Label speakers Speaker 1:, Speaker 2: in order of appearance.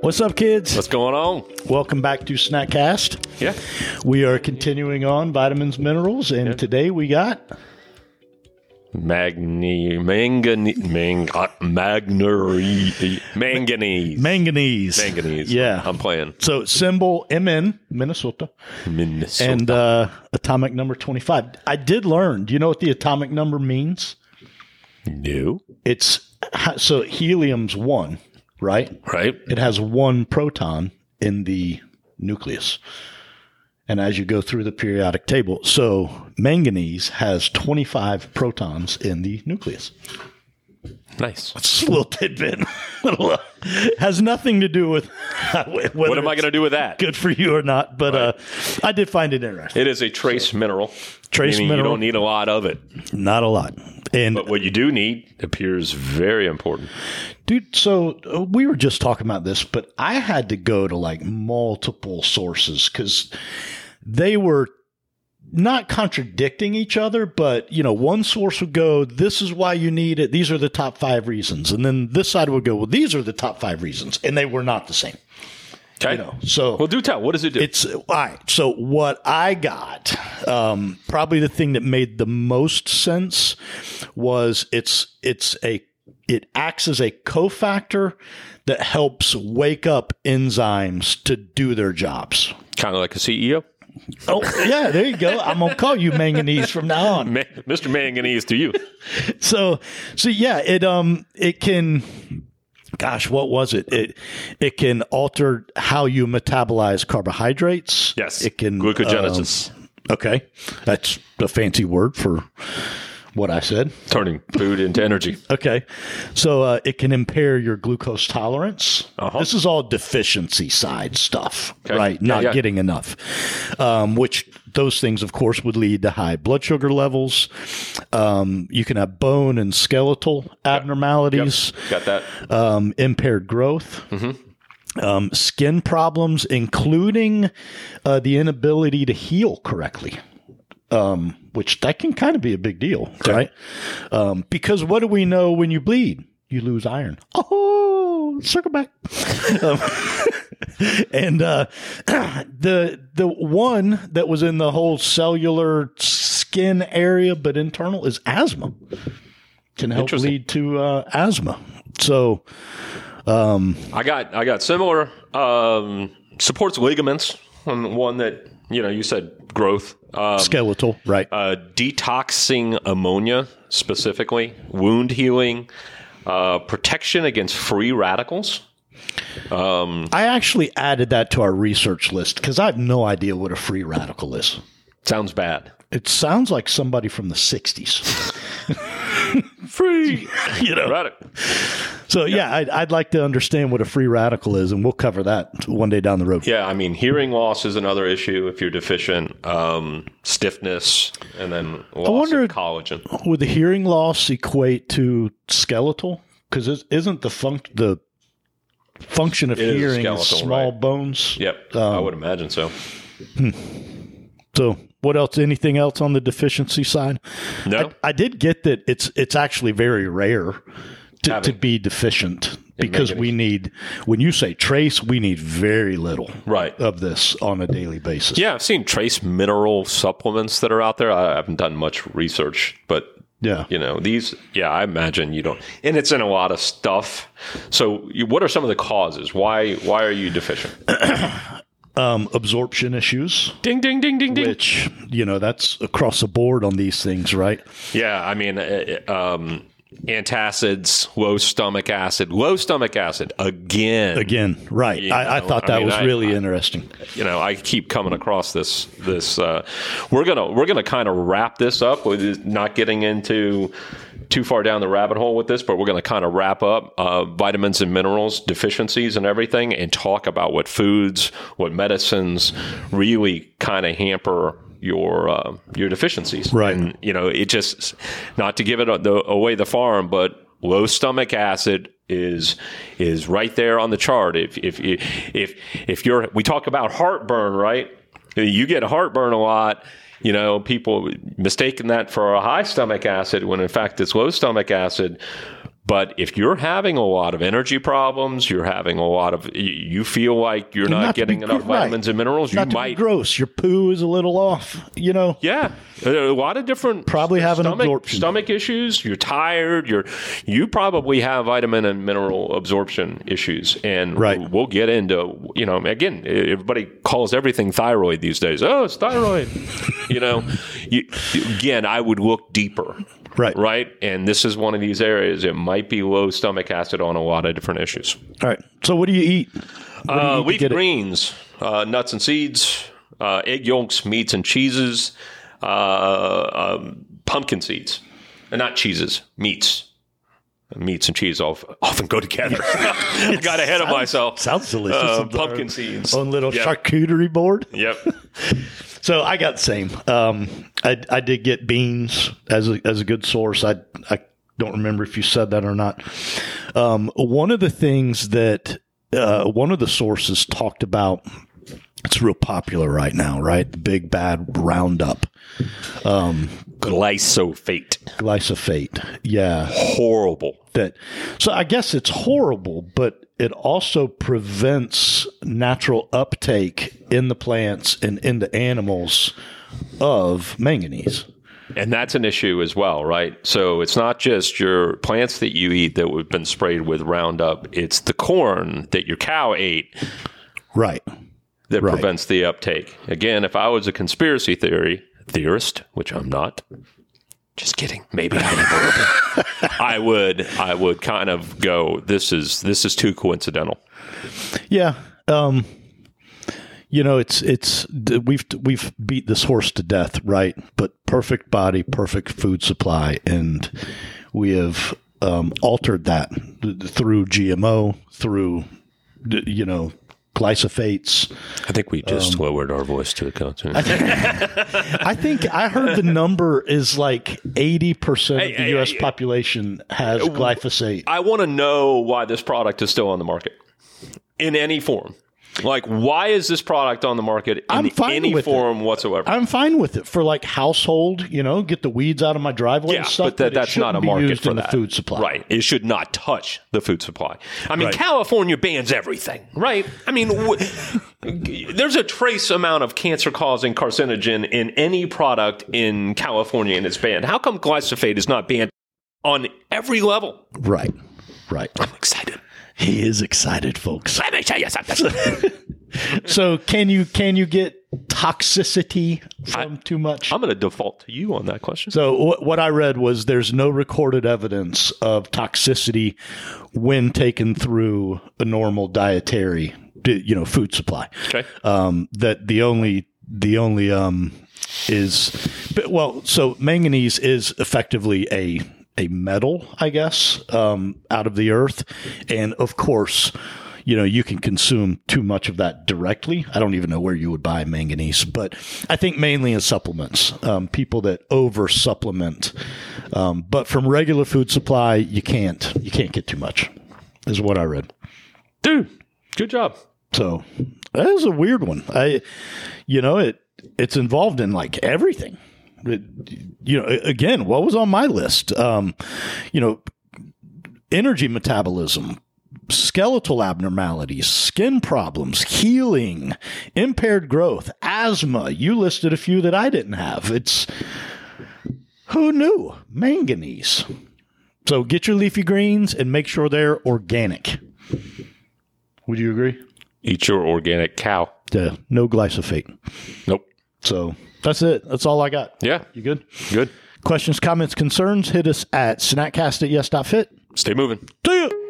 Speaker 1: What's up, kids?
Speaker 2: What's going on?
Speaker 1: Welcome back to Snackcast.
Speaker 2: Yeah.
Speaker 1: We are continuing on vitamins, minerals, and today we got
Speaker 2: Magne, manganese, mang, magnary, manganese.
Speaker 1: manganese.
Speaker 2: manganese. Um,
Speaker 1: Yeah.
Speaker 2: I'm playing.
Speaker 1: So symbol MN Minnesota
Speaker 2: Minnesota.
Speaker 1: and uh, atomic number twenty five. I did learn. Do you know what the atomic number means?
Speaker 2: New.
Speaker 1: It's so helium's one, right?
Speaker 2: Right?
Speaker 1: It has one proton in the nucleus. And as you go through the periodic table, so manganese has 25 protons in the nucleus.
Speaker 2: Nice.
Speaker 1: It's a little tidbit. Little, uh, has nothing to do with whether
Speaker 2: What am I going to do with that?
Speaker 1: good for you or not, but uh, I did find it interesting.
Speaker 2: It is a trace mineral.
Speaker 1: Trace
Speaker 2: meaning You
Speaker 1: mineral.
Speaker 2: don't need a lot of it.
Speaker 1: Not a lot. And
Speaker 2: But what you do need appears very important.
Speaker 1: Dude, so uh, we were just talking about this, but I had to go to like multiple sources because they were not contradicting each other, but you know, one source would go, This is why you need it. These are the top five reasons. And then this side would go, Well, these are the top five reasons. And they were not the same.
Speaker 2: Okay.
Speaker 1: You know, so
Speaker 2: Well, do tell. What does it do?
Speaker 1: it's all right. So what I got, um, probably the thing that made the most sense was it's it's a it acts as a cofactor that helps wake up enzymes to do their jobs.
Speaker 2: kind of like a E CEO.
Speaker 1: Oh yeah, there you go. I'm gonna call you manganese from now on.
Speaker 2: Ma- Mr. Manganese to you.
Speaker 1: so so yeah it um it can gosh what was it it it can alter how you metabolize carbohydrates
Speaker 2: Yes.
Speaker 1: it can
Speaker 2: Glucogenesis.
Speaker 1: um, okay that's a fancy word for what i said
Speaker 2: Turning food into energy.
Speaker 1: okay so uh, it can impair your glucose tolerance
Speaker 2: Uh-huh.
Speaker 1: this is all deficiency side stuff
Speaker 2: Okay.
Speaker 1: right
Speaker 2: Yeah,
Speaker 1: not
Speaker 2: yeah.
Speaker 1: getting enough um, which those things of course would lead to high blood sugar levels um, you can have bone and skeletal abnormalities
Speaker 2: Got that?
Speaker 1: um, impaired growth, um, skin problems, including uh, the inability to heal correctly. Um, which that can kind of be a big deal, right? Um, because what do we know when you bleed? You lose iron. Oh, circle back. um, and uh, the the one that was in the whole cellular skin area, but internal, is asthma. Can help
Speaker 2: Interesting.
Speaker 1: lead to uh, asthma. So
Speaker 2: I got I got similar um, supports ligaments. Um, One that you know you said growth, um,
Speaker 1: skeletal, right?
Speaker 2: uh, detoxing ammonia specifically, wound healing, uh, protection against free radicals.
Speaker 1: I actually added that to our research list because I have no idea what a free radical is.
Speaker 2: Sounds bad.
Speaker 1: It sounds like somebody from the '60s,
Speaker 2: Free
Speaker 1: you know.
Speaker 2: radical.
Speaker 1: So yeah, I'd, I'd like to understand what a free radical is, and we'll cover that one day down the road.
Speaker 2: Yeah, I mean hearing loss is another issue if you're deficient. Um, stiffness and then loss
Speaker 1: wonder-
Speaker 2: of collagen.
Speaker 1: Would the hearing loss equate to skeletal? Because isn't the func- the function of
Speaker 2: It is
Speaker 1: hearing is
Speaker 2: skeletal,
Speaker 1: small
Speaker 2: right.
Speaker 1: bones?
Speaker 2: Yep, I would imagine so.
Speaker 1: So what else? Anything else on the deficiency side?
Speaker 2: No,
Speaker 1: I did get that it's it's actually very rare to, to
Speaker 2: Having-
Speaker 1: be deficient because we need when you say trace, we need very little
Speaker 2: right.
Speaker 1: of this on a daily basis.
Speaker 2: Yeah, I've seen trace mineral supplements that are out there. I haven't done much research, but
Speaker 1: Yeah.
Speaker 2: you know these. Yeah, I imagine you don't, and it's in a lot of stuff. So, you, what are some of the causes? Why why are you deficient?
Speaker 1: Um, absorption issues,
Speaker 2: ding ding ding ding ding.
Speaker 1: which you know that's across the board on these things, right?
Speaker 2: Yeah, I mean, uh, uh, um, antacids, low stomach acid, low stomach acid again.
Speaker 1: Again, right? I, I
Speaker 2: know,
Speaker 1: thought
Speaker 2: I
Speaker 1: that
Speaker 2: mean,
Speaker 1: was
Speaker 2: I-
Speaker 1: really interesting.
Speaker 2: You know, I keep coming across this. This uh, we're gonna we're gonna kind of wrap this up with not getting into too far down the rabbit hole with this, but we're gonna kind of wrap up uh, vitamins and minerals deficiencies and everything, and talk about what foods, what medicines really kind of hamper your uh, your deficiencies.
Speaker 1: Right.
Speaker 2: And, you know, it just not to give it a- the, away the farm, but low stomach acid is is right there on the chart. If if if if you're we talk about heartburn, right? You get heartburn a lot. You know, people mistaking that for a high stomach acid when in fact it's low stomach acid. But if you're having a lot of energy problems, you're having a lot of, you- you feel like you're
Speaker 1: And
Speaker 2: not,
Speaker 1: not to
Speaker 2: getting
Speaker 1: be
Speaker 2: enough
Speaker 1: gro- right.
Speaker 2: vitamins and minerals,
Speaker 1: Not
Speaker 2: you
Speaker 1: to
Speaker 2: might.
Speaker 1: be gross. Your poo is a little off. You know,
Speaker 2: Yeah, a lot of different
Speaker 1: Probably have an
Speaker 2: stomach,
Speaker 1: absorption.
Speaker 2: stomach issues. You're tired. You're you probably have vitamin and mineral absorption issues, and
Speaker 1: Right.
Speaker 2: we'll get into you know again. e, Everybody calls everything thyroid these days. Oh, it's thyroid. you know, you, again, I would look deeper.
Speaker 1: Right.
Speaker 2: Right. And this is one of these areas. It might be low stomach acid on a lot of different issues.
Speaker 1: All right. So what do you eat?
Speaker 2: Uh, leaf
Speaker 1: get it?
Speaker 2: greens, uh, nuts and seeds, uh, egg yolks, meats and cheeses, uh, um, pumpkin seeds, and not cheeses, meats. Meats and cheese of- often go together. I got ahead of myself.
Speaker 1: Sounds delicious.
Speaker 2: Uh,
Speaker 1: I'm sorry.
Speaker 2: pumpkin seeds.
Speaker 1: Own little
Speaker 2: Yep.
Speaker 1: charcuterie board.
Speaker 2: Yep.
Speaker 1: So I got the same. Um, I, I did get beans as a, as a good source. I I don't remember if you said that or not. Um, one of the things that uh, one of the sources talked about. It's real popular right now, right? The big bad Roundup,
Speaker 2: Glyphosate.
Speaker 1: glyphosate. Yeah,
Speaker 2: Horrible.
Speaker 1: that so i guess it's horrible but it also prevents natural uptake in the plants and in the animals of manganese
Speaker 2: And that's an issue as well, right? So it's not just your plants that you eat that have been sprayed with Roundup, it's the corn that your cow ate
Speaker 1: right
Speaker 2: that
Speaker 1: Right.
Speaker 2: prevents the uptake. Again, if I was a conspiracy theory theorist, which I'm not, just kidding. Maybe I am a little bit. I would I would kind of go this is this is too coincidental.
Speaker 1: yeah um you know it's it's d- we've we've beat this horse to death right but perfect body perfect food supply and we have um, altered that th- through gmo through d- you know glyphosates
Speaker 2: I think we
Speaker 1: Um,
Speaker 2: just lowered our voice to a consonant.
Speaker 1: I think I heard the number is like 80%
Speaker 2: Hey,
Speaker 1: of the
Speaker 2: hey,
Speaker 1: U.S.
Speaker 2: hey, Uh,
Speaker 1: population has glyphosate.
Speaker 2: I want to know why this product is still on the market in any form. Like why is this product on the market in
Speaker 1: I'm fine
Speaker 2: any
Speaker 1: with it.
Speaker 2: form whatsoever?
Speaker 1: I'm fine with it for like household, you know, get the weeds out of my driveway
Speaker 2: yeah,
Speaker 1: and stuff.
Speaker 2: but that,
Speaker 1: it
Speaker 2: that's not
Speaker 1: shouldn't
Speaker 2: a
Speaker 1: be
Speaker 2: market
Speaker 1: used
Speaker 2: for
Speaker 1: in
Speaker 2: that.
Speaker 1: the food supply.
Speaker 2: right? It should not touch the food supply. I mean,
Speaker 1: Right.
Speaker 2: California bans everything, right? I mean, w- there's a trace amount of cancer-causing carcinogen in any product in California, and it's banned. How come glyphosate is not banned on every level?
Speaker 1: Right. Right.
Speaker 2: I'm excited.
Speaker 1: He is excited, folks.
Speaker 2: Let me tell you something.
Speaker 1: So can you can you get toxicity from too much?
Speaker 2: I'm going to default to you on that question.
Speaker 1: So wh- what I read was there's no recorded evidence of toxicity when taken through a normal dietary, di- you know, food supply.
Speaker 2: Okay.
Speaker 1: Um, that the only the only um is but, well, so manganese is effectively a a metal, I guess, um, out of the earth, and of course. You know, you can consume too much of that directly. I don't even know where you would buy manganese, but I think mainly in supplements. Um, people that over supplement, um, but from regular food supply, you can't. You can't get too much, is what I read.
Speaker 2: Dude, good job.
Speaker 1: So that is a weird one. I, you know, it it's involved in like everything. It, you know, again, what was on my list? Um, you know, energy metabolism, skeletal abnormalities, skin problems, healing, impaired growth, asthma. You listed a few that I didn't have. It's who knew manganese. So get your leafy greens and make sure they're organic. Would you agree?
Speaker 2: Eat your organic cow.
Speaker 1: Yeah, no glyphosate.
Speaker 2: Nope.
Speaker 1: So that's it. That's all I got.
Speaker 2: Yeah,
Speaker 1: You good?
Speaker 2: good.
Speaker 1: Questions, comments, concerns, hit us at snackcast at yes.fit.
Speaker 2: Stay moving.
Speaker 1: See ya.